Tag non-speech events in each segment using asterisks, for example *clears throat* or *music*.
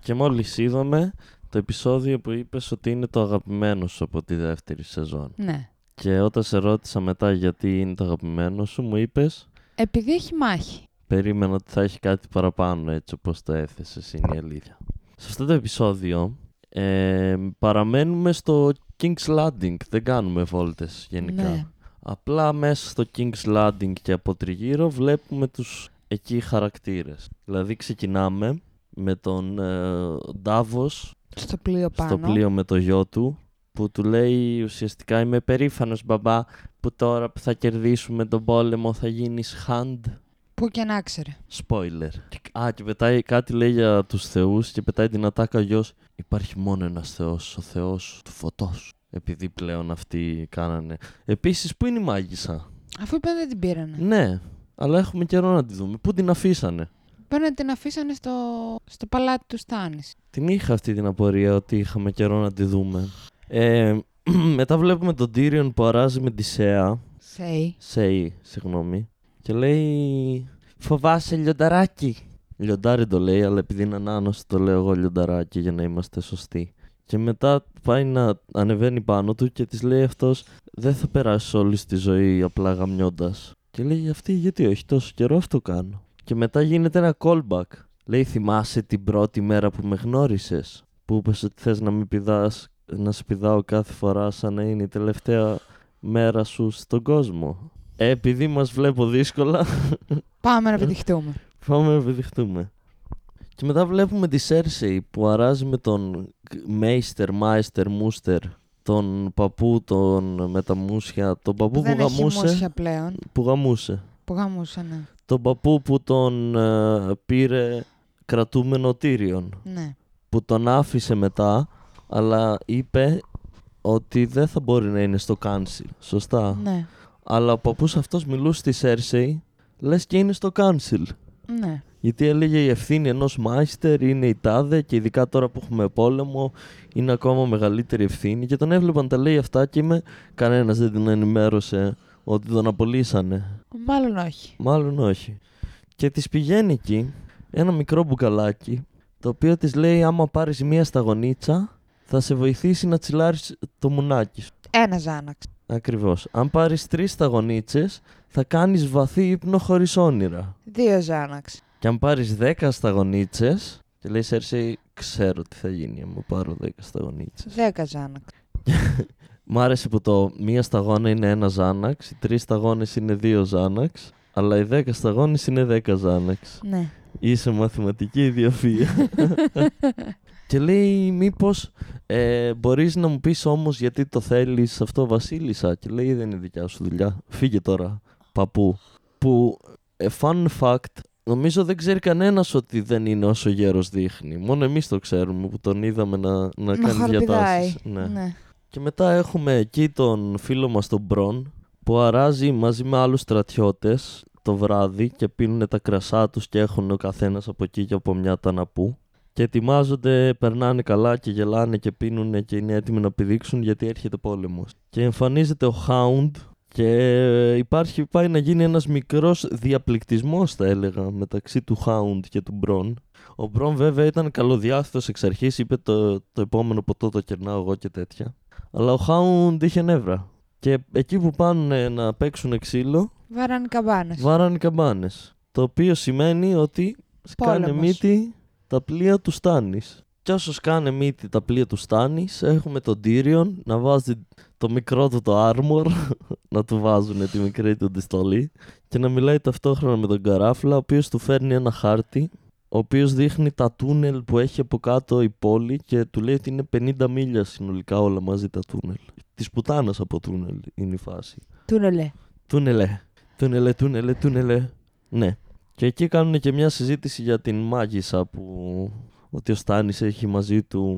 Και μόλις είδαμε το επεισόδιο που είπες ότι είναι το αγαπημένο σου από τη δεύτερη σεζόν. Ναι. Και όταν σε ρώτησα μετά γιατί είναι το αγαπημένο σου, μου είπες Επειδή έχει μάχη. Περίμενα ότι θα έχει κάτι παραπάνω έτσι όπως το έθεσες, είναι η αλήθεια. Σε αυτό το επεισόδιο ε, παραμένουμε στο King's Landing, δεν κάνουμε βόλτες γενικά. Ναι. Απλά μέσα στο King's Landing και από τριγύρω βλέπουμε τους εκεί χαρακτήρες. Δηλαδή ξεκινάμε με τον ε, Davos Στο πλοίο πάνω. στο πλοίο με το γιο του που του λέει ουσιαστικά είμαι περήφανος μπαμπά που τώρα που θα κερδίσουμε τον πόλεμο θα γίνεις hand Πού και να ξέρει. Spoiler. Α, και πετάει κάτι λέει για τους θεούς και πετάει την ατάκα ο γιος. Υπάρχει μόνο ένας θεός, ο θεός του φωτός. Επειδή πλέον αυτοί κάνανε. Επίσης, πού είναι η μάγισσα. Αφού είπαν δεν την πήρανε. Ναι, αλλά έχουμε καιρό να τη δούμε. Πού την αφήσανε. Πέραν την αφήσανε στο, στο παλάτι του Στάνης. Την είχα αυτή την απορία ότι είχαμε καιρό να τη δούμε. Ε, *clears throat* μετά βλέπουμε τον Tyrion που αράζει με τη Σέα. Σέι. Σέι, συγγνώμη. Και λέει. Φοβάσαι λιονταράκι. Λιοντάρι το λέει, αλλά επειδή είναι ανάνος το λέω εγώ λιονταράκι για να είμαστε σωστοί. Και μετά πάει να ανεβαίνει πάνω του και της λέει αυτός: Δεν θα περάσεις όλη τη ζωή απλά γαμιώντας. Και λέει αυτή: Γιατί όχι, τόσο καιρό αυτό κάνω. Και μετά γίνεται ένα callback. Λέει: Θυμάσαι την πρώτη μέρα που με γνώρισες, που είπες ότι θες να μην πηδάς, να σε πηδάω κάθε φορά σαν να είναι η τελευταία μέρα σου στον κόσμο. Ε, επειδή μας βλέπω δύσκολα, *laughs* Πάμε να Ναι. πετυχτούμε. πάμε να πετυχτούμε. Και μετά βλέπουμε τη Σέρσεϊ που αράζει με τον Μέιστερ, Μάιστερ, Μούστερ, τον παππού, τον με τα μουσια, τον παππού που δεν έχει γαμούσε, μουσια πλέον. που γαμούσε. Που γαμούσα, ναι. Τον παππού που τον ε, πήρε κρατούμενο Τύριον, ναι. που τον άφησε μετά, αλλά είπε ότι δεν θα μπορεί να είναι στο Κάνσιλ. Σωστά. ναι. Αλλά ο παππούς αυτός μιλούσε στη Σέρσεϊ, λες και είναι στο Council. Ναι. Γιατί έλεγε η ευθύνη ενός μάιστερ είναι η τάδε και ειδικά τώρα που έχουμε πόλεμο είναι ακόμα μεγαλύτερη ευθύνη και τον έβλεπαν τα λέει αυτά και είμαι κανένας δεν την ενημέρωσε ότι τον απολύσανε. Μάλλον όχι. Μάλλον όχι. Και της πηγαίνει εκεί ένα μικρό μπουκαλάκι το οποίο της λέει άμα πάρεις μία σταγονίτσα θα σε βοηθήσει να τσιλάρεις το μουνάκι σου. Ένα Ζάναξ. Ακριβώς. Αν πάρεις τρεις σταγονίτσε, θα κάνεις βαθύ ύπνο χωρίς όνειρα. Δύο Ζάναξ. Και αν πάρεις δέκα σταγονίτσε, και λέει Σέρσεϊ, ξέρω τι θα γίνει άμα πάρω δέκα σταγονίτσε. Δέκα Ζάναξ. Μ' άρεσε που το μία σταγόνα είναι ένα Ζάναξ, οι τρεις σταγόνες είναι δύο Ζάναξ, αλλά οι δέκα σταγόνες είναι δέκα Ζάναξ. Ναι. Είσαι μαθηματική ιδιοφυα. *laughs* και λέει μήπως ε, μπορείς να μου πεις όμως γιατί το θέλεις αυτό βασίλισσα. Και λέει δεν είναι δικιά σου δουλειά. Φύγε τώρα παππού. Που ε, fun fact νομίζω δεν ξέρει κανένας ότι δεν είναι όσο γέρος δείχνει. Μόνο εμείς το ξέρουμε που τον είδαμε να, να, Να κάνει χοροπηδάει. διατάσεις. Ναι. Και μετά έχουμε εκεί τον φίλο μας τον Μπρον που αράζει μαζί με άλλους στρατιώτες το βράδυ και πίνουν τα κρασά τους και έχουν ο καθένας από εκεί και από μια ταναπού και ετοιμάζονται, περνάνε καλά και γελάνε και πίνουν και είναι έτοιμοι να πηδήξουν γιατί έρχεται πόλεμος. Και εμφανίζεται ο Hound και υπάρχει, πάει να γίνει ένας μικρός διαπληκτισμός θα έλεγα μεταξύ του Hound και του Μπρον. Ο Μπρον βέβαια ήταν καλοδιάθετος εξ αρχής, είπε το, το επόμενο ποτό το κερνάω εγώ και τέτοια. Αλλά ο Χάουντ είχε νεύρα. Και εκεί που πάνε να παίξουν ξύλο, Βάραν καμπάνες. βάραν καμπάνες. Το οποίο σημαίνει ότι σκάνε Πόλεμος. μύτη τα πλοία τους Στάνη. Και όσο σκάνε μύτη τα πλοία τους Στάνη, έχουμε τον Τύριον να βάζει το μικρό του το armor, *laughs* να του βάζουν τη μικρή του τη στολή, και να μιλάει ταυτόχρονα με τον Καράφλα, ο οποίος του φέρνει ένα χάρτη, ο οποίος δείχνει τα τούνελ που έχει από κάτω η πόλη και του λέει ότι είναι 50 μίλια συνολικά όλα μαζί τα τούνελ. Της πουτάνας από τούνελ είναι η φάση. Τούνελε. Τούνελε. Τούνελε, τούνελε, τούνελε. Ναι. Και εκεί κάνουν και μια συζήτηση για την μάγισσα που ότι ο Στάνης έχει μαζί του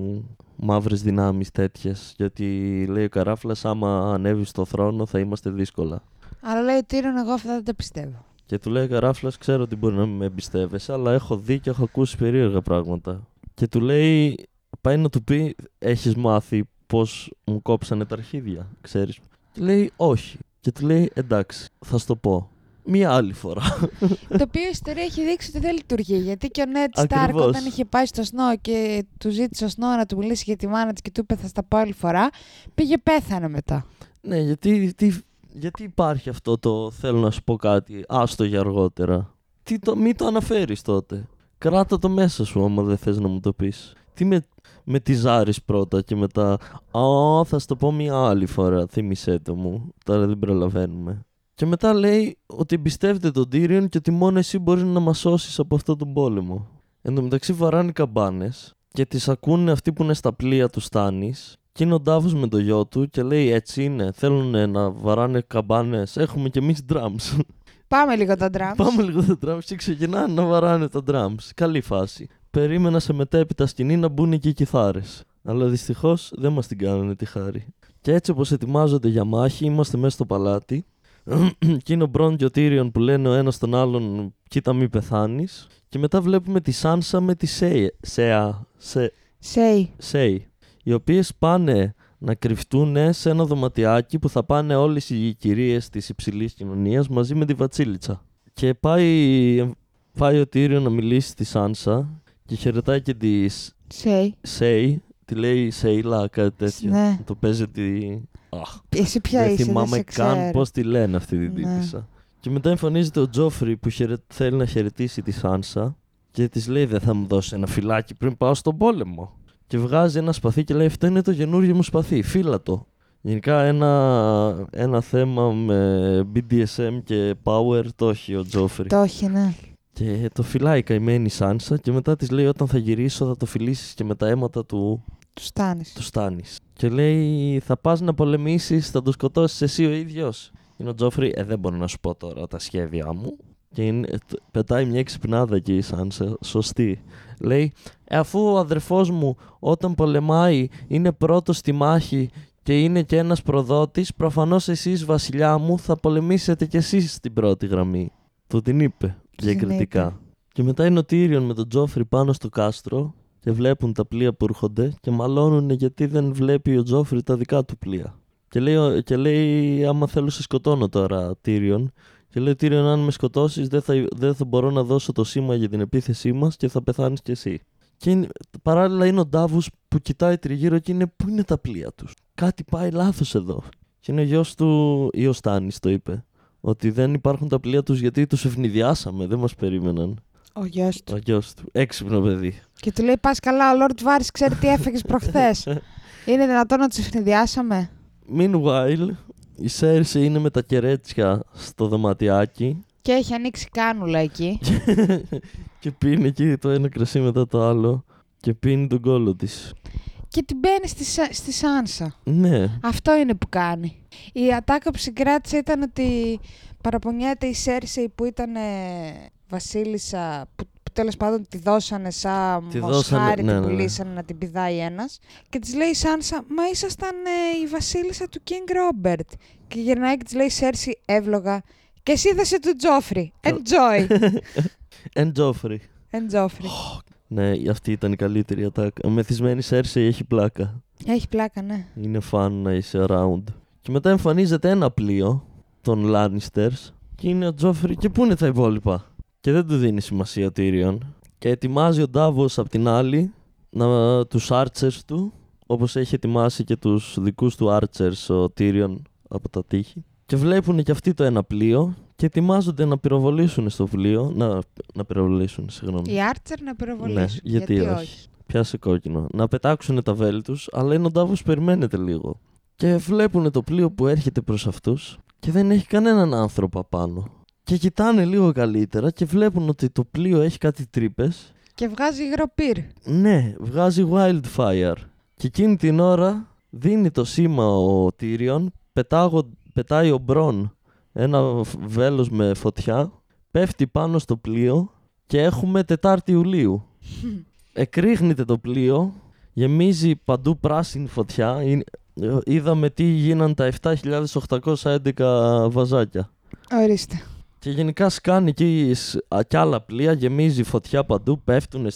μαύρες δυνάμεις τέτοιες. Γιατί λέει ο Καράφλας άμα ανέβεις στο θρόνο θα είμαστε δύσκολα. Αλλά λέει ο Τύρον, εγώ αυτά δεν τα πιστεύω. Και του λέει ο Καράφλας ξέρω ότι μπορεί να μην με εμπιστεύεσαι αλλά έχω δει και έχω ακούσει περίεργα πράγματα. Και του λέει πάει να του πει έχεις μάθει πως μου κόψανε τα αρχίδια ξέρεις. Και λέει όχι. Και του λέει εντάξει θα σου το πω. μία άλλη φορά. το οποίο η ιστορία έχει δείξει ότι δεν λειτουργεί. Γιατί και ο Νέτ Σταρκ Ακριβώς. όταν είχε πάει στο Σνό και του ζήτησε ο Σνό να του μιλήσει για τη μάνα της και του είπε θα στα πω άλλη φορά, πήγε πέθανε μετά. ναι, γιατί, τι, γιατί υπάρχει αυτό το θέλω να σου πω κάτι, άστο για αργότερα. Τι το, μη το αναφέρεις τότε. Κράτα το μέσα σου άμα δεν θες να μου το πεις. Τι με, με τυζάρεις πρώτα και μετά «Α, θα σου το πω μία άλλη φορά, θύμισέ το μου, τώρα δεν προλαβαίνουμε». Και μετά λέει ότι εμπιστεύεται τον Τύριον και ότι μόνο εσύ μπορείς να μας σώσεις από αυτόν τον πόλεμο. Εν τω μεταξύ βαράνε καμπάνες και τις ακούνε αυτοί που είναι στα πλοία του Στάνης και είναι ο Ντάβος με το γιο του και λέει έτσι είναι, θέλουν να βαράνε καμπάνες, έχουμε κι εμείς drums. Πάμε λίγο τα drums. Πάμε λίγο τα drums και ξεκινάνε να βαράνε τα drums. Καλή φάση. Περίμενα σε μετέπειτα σκηνή να μπουν και οι κιθάρες. Αλλά δυστυχώς δεν μας την κάνανε τη χάρη. Και έτσι όπως ετοιμάζονται για μάχη, είμαστε μέσα στο παλάτι. *clears throat* και είναι ο Μπρον και ο Tyrion που λένε ο ένας τον άλλον «Κοίτα μη πεθάνεις». Και μετά βλέπουμε τη Σάνσα με τη Σέι, Σέα, Σέ, Σέι. Σέι, οι οποίες πάνε να κρυφτούν σε ένα δωματιάκι που θα πάνε όλες οι κυρίες της υψηλής κοινωνίας μαζί με τη Βατσίλιτσα. Και πάει, πάει ο Τύριο να μιλήσει στη Σάνσα και χαιρετάει και τη Σέι. Σέι, τη λέει Σέιλα κάτι τέτοιο. Ναι. Το παίζει τη... Αχ, Εσύ ποια δεν είσαι, θυμάμαι δεν σε καν ξέρω. πώς τη λένε αυτή την Ναι. τύπησα. Και μετά εμφανίζεται ο Τζόφρι που χαιρε... θέλει να χαιρετήσει τη Σάνσα και της λέει δεν θα μου δώσεις ένα φυλάκι πριν πάω στον πόλεμο. Και βγάζει ένα σπαθί και λέει αυτό είναι το καινούργιο μου σπαθί, φύλα το. Γενικά ένα, ένα θέμα με BDSM και power το έχει ο Τζόφρι. Το έχει, ναι. Και το φυλάει η καημένη Σάνσα και μετά της λέει όταν θα γυρίσω θα το φιλήσεις και με τα αίματα του Του στάνεις. του στάνεις. Και λέει: Θα πας να πολεμήσεις, θα τους σκοτώσεις εσύ ο ίδιος. Είναι ο Τζόφρι, ε, δεν μπορώ να σου πω τώρα τα σχέδιά μου. Και είναι, ε, τ- πετάει μια ξυπνάδα εκεί, σαν σε- σωστή. Λέει: «Ε, Αφού ο αδερφός μου όταν πολεμάει είναι πρώτος στη μάχη και είναι και ένας προδότης, προφανώς εσείς, βασιλιά μου, θα πολεμήσετε κι εσείς στην πρώτη γραμμή. Του την είπε την είπε. διακριτικά. Και μετά είναι ο Τύριον με τον Τζόφρι πάνω στο κάστρο και βλέπουν τα πλοία που έρχονται και μαλώνουν γιατί δεν βλέπει ο Τζόφρι τα δικά του πλοία. Και λέει, ο- και λέει άμα θέλω σε σκοτώνω τώρα Τύριον. Και λέει Τύριον αν με σκοτώσεις δεν θα, δεν θα μπορώ να δώσω το σήμα για την επίθεσή μας και θα πεθάνεις κι εσύ. Και είναι- παράλληλα είναι ο Ντάβος που κοιτάει τριγύρω και είναι πού είναι τα πλοία τους. Κάτι πάει λάθος εδώ. Και είναι ο γιος του ή ο Στάνης το είπε. Ότι δεν υπάρχουν τα πλοία τους γιατί τους ευνηδιάσαμε, δεν μας περίμεναν. Ο γιος του. Ο γιος του, έξυπνο παιδί. Και του λέει: Πας καλά, ο Λόρτ Βάρης ξέρει τι έφεγε προχθές. *laughs* Είναι δυνατόν να τους ευνηδιάσαμε. Meanwhile, η Σέρση είναι με τα κερέτσια στο δωματιάκι Και έχει ανοίξει κάνουλα *laughs* εκεί. και πίνει εκεί το ένα κρασί μετά το άλλο και πίνει τον κόλλο της. και την μπαίνει στη, Σα- στη Σάνσα. Ναι, Αυτό είναι που κάνει. Η ατάκα που συγκράτησε ήταν ότι παραπονιέται η Σέρσεϊ που ήταν ε, βασίλισσα που, που τέλος πάντων τη δώσανε σαν Τη δώσανε, ναι, μοσχάρι, ναι, ναι. την πουλήσανε να την πηδάει ένας και της λέει η Σάνσα «Μα ήσασταν ε, η βασίλισσα του King Robert» και γυρνάει και της λέει η Σέρσεϊ εύλογα «Και εσύ είδασε του Τζόφρι, *laughs* enjoy, εν Τζόφρι. εν Τζόφρι». Ναι, αυτή ήταν η καλύτερη ατάκα. Μεθυσμένη Σέρση έχει πλάκα. Έχει πλάκα, ναι. Είναι φαν να είσαι around. Και μετά εμφανίζεται ένα πλοίο των Lannisters και είναι ο Τζόφρι και πού είναι τα υπόλοιπα. Και δεν του δίνει σημασία ο Τύριον. Και ετοιμάζει ο Ντάβος απ' την άλλη να, τους Archers του όπως έχει ετοιμάσει και τους δικούς του Archers ο Τύριον από τα τείχη. Και βλέπουν και αυτοί το ένα πλοίο και ετοιμάζονται να πυροβολήσουν στο πλοίο. Να, να πυροβολήσουν, συγγνώμη. Η Άρτσερ να πυροβολήσουν. Ναι, γιατί όχι. πιάσε κόκκινο. Να πετάξουν τα βέλη τους, αλλά είναι ο Ντάβος περιμένετε λίγο. Και βλέπουν το πλοίο που έρχεται προς αυτούς και δεν έχει κανέναν άνθρωπο απάνω. Και κοιτάνε λίγο καλύτερα και βλέπουν ότι το πλοίο έχει κάτι τρύπες. Και βγάζει υγροπύρ. Ναι, βγάζει wildfire. Και εκείνη την ώρα δίνει το σήμα ο Τύριον, πετάγω, πετάει ο Μπρον ένα φ- βέλος με φωτιά, πέφτει πάνω στο πλοίο και έχουμε Τετάρτη Ιουλίου. Εκρήγνεται το πλοίο, γεμίζει παντού πράσινη φωτιά. Είναι- ε, Είδαμε τι γίναν τα 7.811 βαζάκια. Ορίστε. Και γενικά σκάνει εκεί σ- α- κι άλλα πλοία, γεμίζει φωτιά παντού, πέφτουν,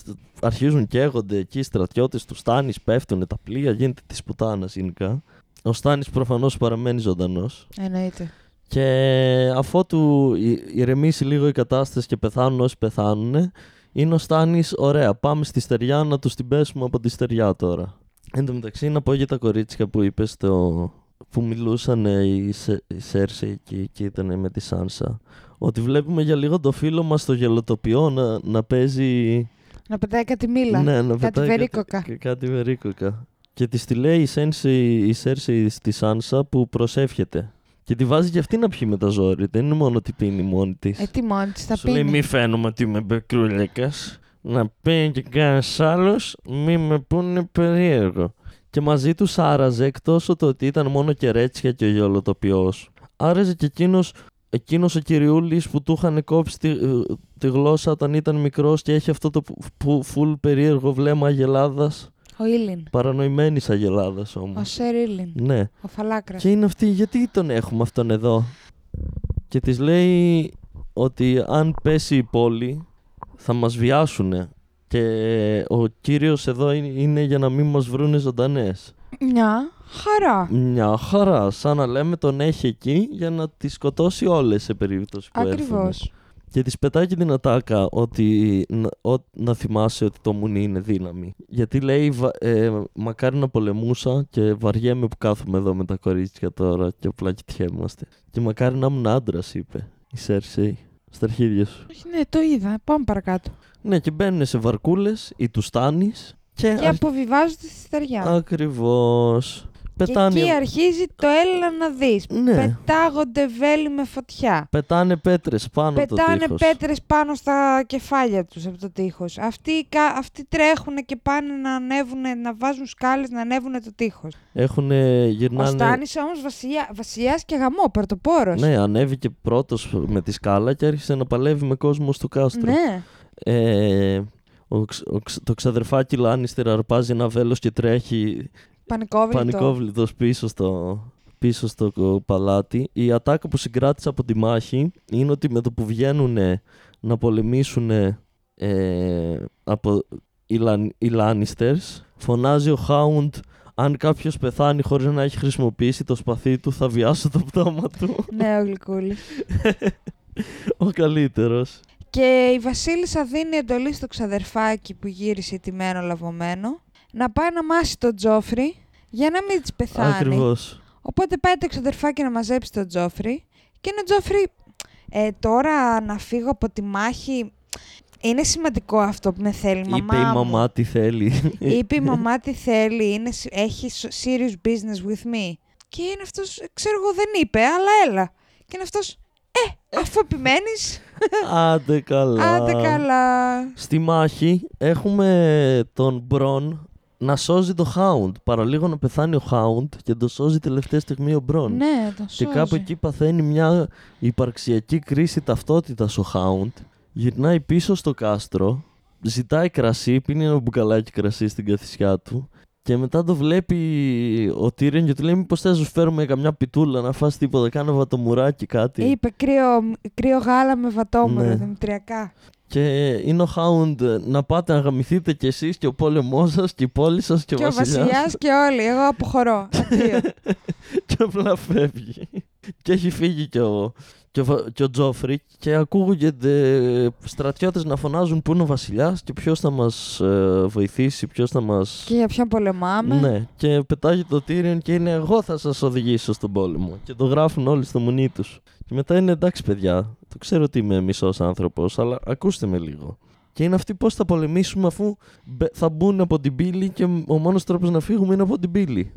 αρχίζουν καίγονται εκεί οι στρατιώτες τους Στάνης, πέφτουν τα πλοία, γίνεται της πουτάνας γενικά. Ο Στάνης προφανώς παραμένει ζωντανός Εννοείται. Και αφότου η- ηρεμήσει λίγο η κατάσταση και πεθάνουν όσοι πεθάνουν, είναι ο Στάνης, ωραία, πάμε στη στεριά να του την πέσουμε από τη στεριά τώρα. Εν τω μεταξύ, να πω για τα κορίτσια που είπες στο... που μιλούσαν ε, η, Σε... η Σέρση και, και ήταν με τη Σάνσα. Ότι βλέπουμε για λίγο το φίλο μας στο γελοτοπιό να, να παίζει. Να πετάει κάτι μήλα. Ναι, να κάτι πετάει βερίκοκα. Κάτι, κάτι βερίκοκα. Και τη τη λέει η, Σένση, η Σέρση στη Σάνσα που προσεύχεται. Και τη βάζει και αυτή να πιει με τα ζόρι. Δεν είναι μόνο ότι πίνει μόνη της. Ε, τι μόνη της θα Σου λέει πίνει. μη φαίνομαι ότι είμαι μπεκρούλικας. Να πει και κανένας άλλος, μη με πούνε περίεργο. Και μαζί τους άραζε εκτός το ότι ήταν μόνο κερέτσια και ο γεωλοτοποιό. Άραζε και εκείνος εκείνος ο κυριούλης που του είχαν κόψει τη, ε, τη γλώσσα όταν ήταν μικρός και έχει αυτό το που, που- φουλ περίεργο βλέμμα αγελάδας, Ο Ήλιν. παρανοημένης αγελάδας Ο όμως. Σερ Ήλιν. Ναι. Ο Φαλάκρας. Και είναι αυτή, γιατί τον έχουμε αυτόν εδώ. Και της λέει ότι αν πέσει η πόλη θα μας βιάσουνε. Και ο κύριος εδώ είναι- είναι για να μην μας βρούνε ζωντανές. Μια χαρά. Μια χαρά, σαν να λέμε τον έχει εκεί για να τη σκοτώσει όλες σε περίπτωση που Ακριβώς. έρθουν. Και της πετάει και την ατάκα ότι να, ο- να θυμάσαι ότι το μουνί είναι δύναμη. Γιατί λέει βα- ε, μακάρι να πολεμούσα και βαριέμαι που κάθομαι εδώ με τα κορίτσια τώρα και απλά κοιτιέμαστε. Και μακάρι να ήμουν άντρας, είπε η Σέρσεϊ στα αρχίδια σου. Όχι, ναι, το είδα. Πάμε παρακάτω. Ναι, και μπαίνουν σε βαρκούλες ή τους στάνει και, Και αποβιβάζονται στη στεριά. ακριβώς. Πετάνε, Και εκεί αρχίζει το έλα να δεις. Ναι. Πετάγονται βέλη με φωτιά. πετάνε πέτρες πάνω από το Πετάνε τείχος. πέτρες πάνω στα κεφάλια τους από το τείχος. Αυτοί, κα- αυτοί τρέχουν και πάνε να ανέβουν, να βάζουν σκάλες, να ανέβουν το τείχος. Έχουν Ο γυρνάνε. Στάνης όμως βασιλιά, βασιλιάς και γαμό, πρωτοπόρος. Ναι, ανέβηκε πρώτος με τη σκάλα και άρχισε να παλεύει με κόσμο στο κάστρο. Ναι. Ε, ο, ξ- ο ξ- το ξαδερφάκι Λάνιστερ αρπάζει ένα βέλος και τρέχει Πανικόβλητο. πανικόβλητος πίσω στο, πίσω στο κο- παλάτι. Η ατάκα που συγκράτησα από τη μάχη είναι ότι με το που βγαίνουν να πολεμήσουν από οι, Λαν, οι Lannisters, φωνάζει ο Χάουντ αν κάποιος πεθάνει χωρίς να έχει χρησιμοποιήσει το σπαθί του θα βιάσω το πτώμα του. *laughs* Ναι, ο Γλυκούλης. Ο καλύτερος. Και η βασίλισσα δίνει εντολή στο ξαδερφάκι που γύρισε τιμένο λαβωμένο να πάει να μάσει τον Τζόφρι για να μην της πεθάνει. Ακριβώς. Οπότε πάει το ξαδερφάκι να μαζέψει τον Τζόφρι και είναι ο Τζόφρι. Ε, τώρα να φύγω από τη μάχη. Είναι σημαντικό αυτό που με θέλει η μαμά. Είπε η μου. μαμά τι θέλει. ναι. Είπε η μαμά τι θέλει. Είναι, σ- έχει σ- serious business with me. Και είναι αυτός. Ξέρω εγώ δεν είπε, αλλά έλα. Και είναι αυτός. Ε, αφού επιμένεις. *laughs* Άντε καλά. Λοιπόν, Άντε καλά. Στη μάχη έχουμε τον Μπρον να σώζει το Χάουντ. Παραλίγο να πεθάνει ο Χάουντ και τον σώζει τελευταία στιγμή ο Μπρον. Ναι, τον και σώζει. κάπου εκεί παθαίνει μια υπαρξιακή κρίση ταυτότητας ο Χάουντ. Γυρνάει πίσω στο κάστρο, ζητάει κρασί, πίνει ένα μπουκαλάκι κρασί στην καθησιά του και μετά το βλέπει ο Τύρεν και του λέει μήπως θες να σου φέρουμε καμιά πιτούλα να φας τίποτα, κάνε βατομουράκι κάτι. Είπε κρύο, κρύο γάλα με βατόμουρο, Ναι. δημητριακά. Και είναι ο Χάουντ να πάτε να γαμηθείτε κι εσείς και ο πόλεμός σας και η πόλη σας και, Και ο βασιλιάς Βασιλιάς και όλοι. Εγώ αποχωρώ. *laughs* Αντίο. και απλά φεύγει. και έχει φύγει και ο, και ο, Βα- και ο Τζόφρι και ακούγονται στρατιώτες να φωνάζουν που είναι ο βασιλιάς και ποιος θα μας ε, βοηθήσει, ποιος θα μας... Και για ποιον πολεμάμε. Ναι, και πετάγει το Τύριον και είναι εγώ θα σας οδηγήσω στον πόλεμο. Και το γράφουν όλοι στο μουνί τους. Και μετά είναι εντάξει παιδιά, το ξέρω ότι είμαι μισός άνθρωπος, αλλά ακούστε με λίγο. Και είναι αυτοί πώς θα πολεμήσουμε αφού μπε- θα μπουν από την πύλη και ο μόνος τρόπος να φύγουμε είναι από την πύλη.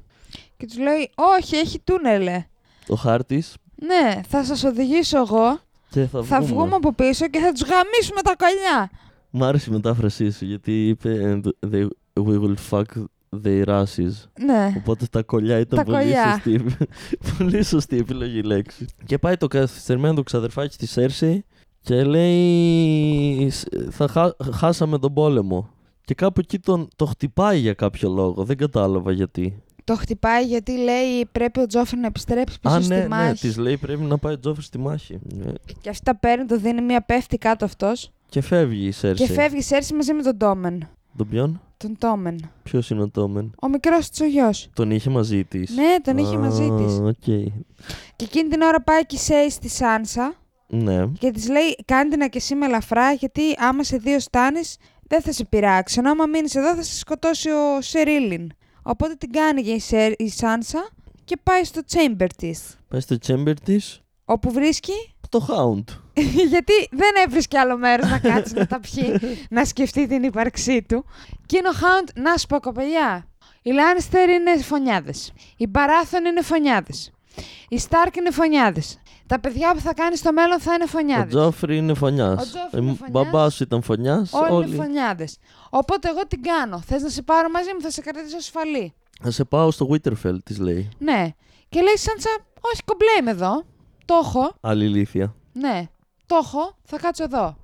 Και του λέει: Όχι, έχει τούνελε. Ο χάρτης Ναι, θα σας οδηγήσω εγώ. και θα, Θα βγούμε από πίσω και θα τους γαμίσουμε τα κολλιά. Μ' άρεσε η μετάφρασή σου γιατί είπε "And they, we will fuck the Russians. Ναι. Οπότε τα κολλιά ήταν Τα πολύ, κολλιά. Σωστή, *laughs* πολύ σωστή επιλογή λέξη. Και πάει το καθυστερημένο του ξαδερφάκι στη Σέρση και λέει «Σ- θα χα- χάσαμε τον πόλεμο. Και κάπου εκεί τον, το χτυπάει για κάποιο λόγο. Δεν κατάλαβα γιατί. Το χτυπάει γιατί λέει: Πρέπει ο Τζόφρι να επιστρέψει πίσω Α, στη ναι, μάχη. ναι, της λέει πρέπει να πάει ο Τζόφρι στη μάχη. Ε, Και αυτή τα παίρνει, το δίνει μία πέφτει κάτω αυτός. Και φεύγει η Σέρση. Και φεύγει η Σέρση μαζί με τον Ντόμεν. Τον ποιον? Τον Τόμεν. Ποιος είναι ο Τόμεν. Ο μικρός της ο γιος. Τον είχε μαζί της. Ναι, τον είχε μαζί της. Οκ. Και εκείνη την ώρα πάει και η Σέις στη Σάνσα Ναι. και της λέει: Κάντε να και εσύ με ελαφρά, γιατί άμα σε δύο στάνεις, δεν θα σε πειράξει. Ενώ άμα μείνεις εδώ, θα σε σκοτώσει ο Σερίλιν. Οπότε την κάνει και η, Σερ- η Σάνσα και πάει στο chamber της. Πάει στο chamber της Όπου βρίσκει, το Hound. *laughs* γιατί δεν έβρισκε άλλο μέρος να κάτσει να τα πιει, να σκεφτεί την ύπαρξή του. Και είναι ο Χάουντ, να σου πω κοπελιά. Οι Λάνιστερ είναι φωνιάδες. Οι Μπαράθων είναι φωνιάδες. Οι Στάρκ είναι φωνιάδες. Τα παιδιά που θα κάνεις στο μέλλον θα είναι Ο φωνιάδες. Τζόφρι είναι φωνιάς. Ο Τζόφρι είναι φωνιάς. μπαμπά σου ήταν φωνιάς. Όλοι, Όλοι. είναι φωνιάδες. Οπότε εγώ την κάνω. Θες να σε πάρω μαζί μου, θα σε κρατήσω ασφαλή. Θα σε πάω στο Winterfell, της λέει. Ναι. Και λέει η Σάντσα, όχι κομπλέ είμαι εδώ. Το έχω. Αλληλήθεια. Ναι. Το έχω. Θα κάτσω εδώ.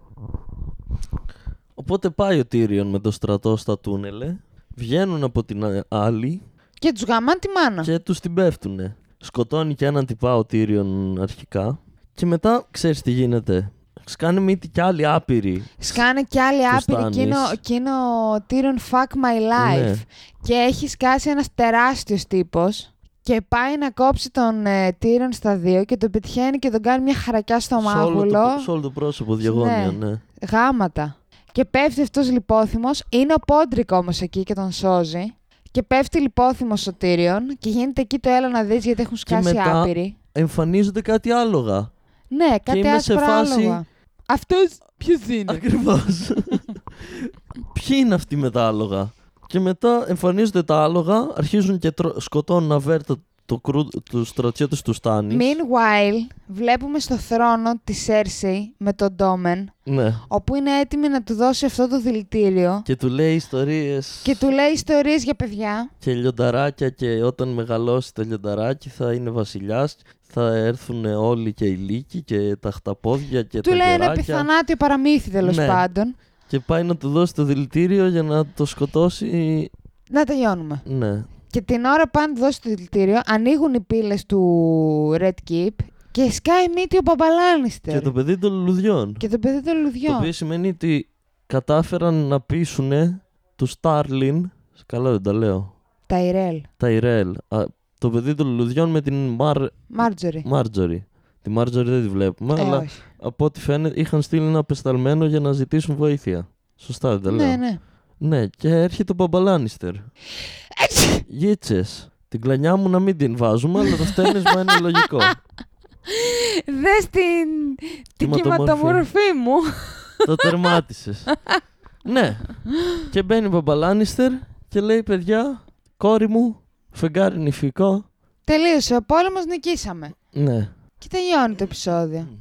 Οπότε πάει ο Τύριον με το στρατό στα τούνελε. Βγαίνουν από την α- άλλη Και τους γαμάν τη μάνα. και τους την πέφτουνε. Σκοτώνει και έναν τυπά ο Τύριον αρχικά. Και μετά ξέρεις τι γίνεται. Σκάνε μύτη κι άλλοι άπειροι. Σκάνε κι άλλοι άπειροι στάνεις. και είναι, ο- και είναι ο Τύρον Fuck My Life. Ναι. Και έχει σκάσει ένας τεράστιος τύπος και πάει να κόψει τον ε, Τύρον στα δύο και τον πετυχαίνει και τον κάνει μια χαρακιά στο σε όλο, μάγουλο. το, σε όλο το πρόσωπο διαγώνια, Ναι. ναι. Γάματα. Και πέφτει αυτός λιπόθυμος. Είναι ο Πόντρικ όμως εκεί και τον σώζει. Και πέφτει λιπόθυμος ο Τύριον και γίνεται εκεί το έλα να δεις γιατί έχουν σκάσει μετά- άπειροι. Εμφανίζονται κάτι άλογα. Ναι, κάτι είμαι σε άσπρα φάση- άλογα. Αυτός ποιος είναι. Ακριβώς. Ποιοι είναι αυτοί με τα άλογα. Και μετά εμφανίζονται τα άλογα, αρχίζουν και τρω... σκοτώνουν αβέρτα το κρου... του στρατιώτε του Στάνη. Meanwhile, βλέπουμε στο θρόνο τη Σέρσεϊ με τον Ντόμεν, Ναι. όπου είναι έτοιμη να του δώσει αυτό το δηλητήριο Και του λέει ιστορίες και του λέει ιστορίες για παιδιά. και λιονταράκια και όταν μεγαλώσει το λιονταράκι θα είναι βασιλιάς. Θα έρθουν όλοι και οι λύκοι και τα χταπόδια και του τα λέει ένα γεράκια. επιθανάτιο παραμύθι τέλο Ναι. πάντων. Και πάει να του δώσει το δηλητήριο για να το σκοτώσει. Να τελειώνουμε. Ναι. Και την ώρα που αν δώσει το δηλητήριο, ανοίγουν οι πύλες του Red Keep και σκάει μύτη ο Μπαμπαλάνιστερ. Και το παιδί των λουλουδιών. και το παιδί των Το λουδιών. οποίο σημαίνει ότι κατάφεραν να πείσουν του Στάρλιν. Καλά δεν τα λέω. Τα Ιρέλ. Τα Ιρέλ. α, Το παιδί των λουλουδιών με την Μαρ... Μάρτζορι. Μάρτζορι. Τη Μάρτζορι δεν τη βλέπουμε, Ε, αλλά όχι. από ό,τι φαίνεται είχαν στείλει ένα απεσταλμένο για να ζητήσουν βοήθεια. Σωστά δεν τα λέω. Ναι, ναι. Ναι, και έρχεται ο Μπαμπαλάνιστερ. Γίτσες. Την κλανιά μου να μην την βάζουμε, αλλά το στένεσμα είναι λογικό. *laughs* *laughs* Δες την, την Κυματομορφή. κυματομορφή μου. το τερμάτισες. ναι. Και μπαίνει ο Μπαμπαλάνιστερ και λέει: Παιδιά, κόρη μου, φεγγάρι νηφικό. Τελείωσε ο πόλεμος, νικήσαμε. Ναι. Και τελειώνει το *laughs* επεισόδιο.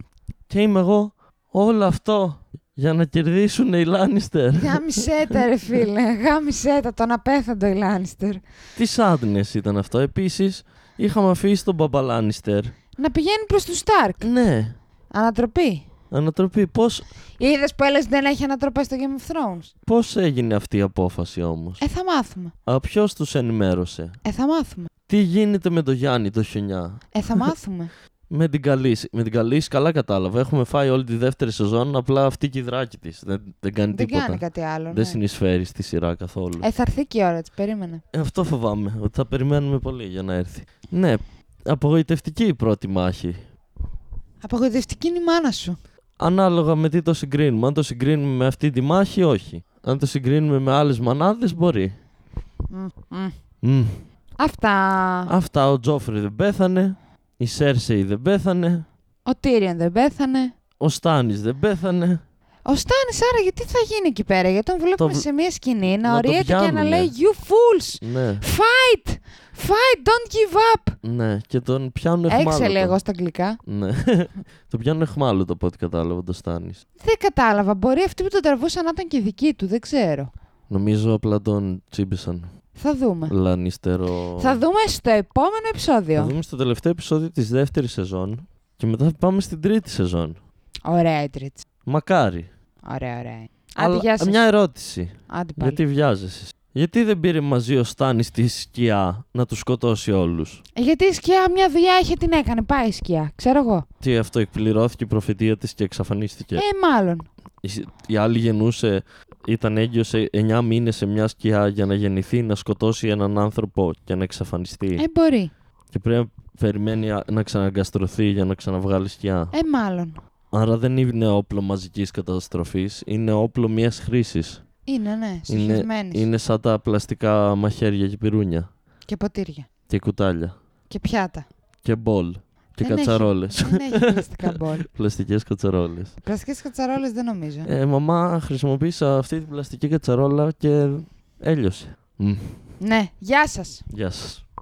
Και είμαι εγώ όλο αυτό για να κερδίσουν οι Λάνιστερ. Γάμισε τα, ρε φίλε. Γάμισε τα, τον απέθαντο η Λάνιστερ. Τι άντνε ήταν αυτό. Επίσης, είχαμε αφήσει τον Μπαμπαλάνιστερ. Να πηγαίνει προς του Σταρκ. Ναι. Ανατροπή. Ανατροπή. Πώς Είδες που έλεγε δεν έχει ανατροπέ στο Game of Thrones. πώς έγινε αυτή η απόφαση όμως. Ε, θα μάθουμε. Ποιος τους ενημέρωσε. Ε, θα μάθουμε. Τι γίνεται με τον Γιάννη το χιονιά. Ε, *laughs* θα μάθουμε. Με την Καλύση. Με την Καλύση καλά κατάλαβα. Έχουμε φάει όλη τη δεύτερη σεζόν, απλά αυτή η κυδράκη της. Δεν, δεν κάνει δεν τίποτα. κάνει κάτι άλλο. Δεν Ναι. συνεισφέρει στη σειρά καθόλου. Ε, θα έρθει και η ώρα της. Περίμενε. Ε, αυτό φοβάμαι. Ότι θα περιμένουμε πολύ για να έρθει. Ναι, απογοητευτική η πρώτη μάχη. Απογοητευτική είναι η μάνα σου. Ανάλογα με τι το συγκρίνουμε. Αν το συγκρίνουμε με αυτή τη μάχη, όχι. Αν το συγκρίνουμε με άλλες μανάδες, μπορεί. Μμ, μμ. Μμμ. Αυτά. Αυτά. Ο Τζόφρι δεν πέθανε. Η Σέρσεϊ δεν πέθανε. Ο Τύριον δεν πέθανε. Ο Στάνης δεν πέθανε. Ο Στάνης άρα γιατί θα γίνει εκεί πέρα, γιατί τον βλέπουμε βλ- σε μια σκηνή να να τον ορίεται και να πιάνουνε. λέει «You fools, Ναι, fight, fight, don't give up». ναι. Και τον πιάνουν Έξε εχμάλωτο. λέγω στα αγγλικά. Ναι. *laughs* το πιάνουν εχμάλωτο από ό,τι κατάλαβα το Στάνη. Δεν κατάλαβα, μπορεί αυτοί που τον τραβούσαν να ήταν και δικοί του, δεν ξέρω. Νομίζω απλά τον τσίμπησαν. Θα δούμε. Λανίστερο. Θα δούμε στο επόμενο Θα επεισόδιο. δούμε στο τελευταίο επεισόδιο της δεύτερης σεζόν. Και μετά θα πάμε στην τρίτη σεζόν. Ωραία η Τρίτς. Μακάρι. Ωραία, ωραία. Άντε, Αλλά γεια σας. μια ερώτηση. Άντε πάλι. Γιατί βιάζεσαι. Γιατί δεν πήρε μαζί ο Στάνης τη σκιά να τους σκοτώσει όλους. Ε, Γιατί η σκιά μια δουλειά είχε την έκανε, πάει η σκιά, ξέρω εγώ. Τι αυτό εκπληρώθηκε η προφητεία της και εξαφανίστηκε. Ε, μάλλον. Η- Η άλλη γεννούσε ήταν έγκυος 9 μήνες σε μια σκιά για να γεννηθεί, να σκοτώσει έναν άνθρωπο και να εξαφανιστεί. Ε, μπορεί. Και πρέπει να περιμένει α- να ξαναγκαστρωθεί για να ξαναβγάλει σκιά. Ε, μάλλον. Άρα δεν είναι όπλο μαζικής καταστροφής, είναι όπλο μιας χρήσης. Είναι, ναι, Είναι, συγχυσμένης. είναι σαν τα πλαστικά μαχαίρια και πυρούνια. Και ποτήρια. Και κουτάλια. Και *laughs* πιάτα. Και μπολ. Και Δεν έχει. κατσαρόλες. δεν έχει πλαστικά μπολ. Πλαστικές κατσαρόλες. Πλαστικές κατσαρόλες δεν νομίζω. Ε, μαμά, χρησιμοποίησα αυτή την πλαστική κατσαρόλα και έλειωσε. Μμ, ναι, γεια σας. Γεια σας.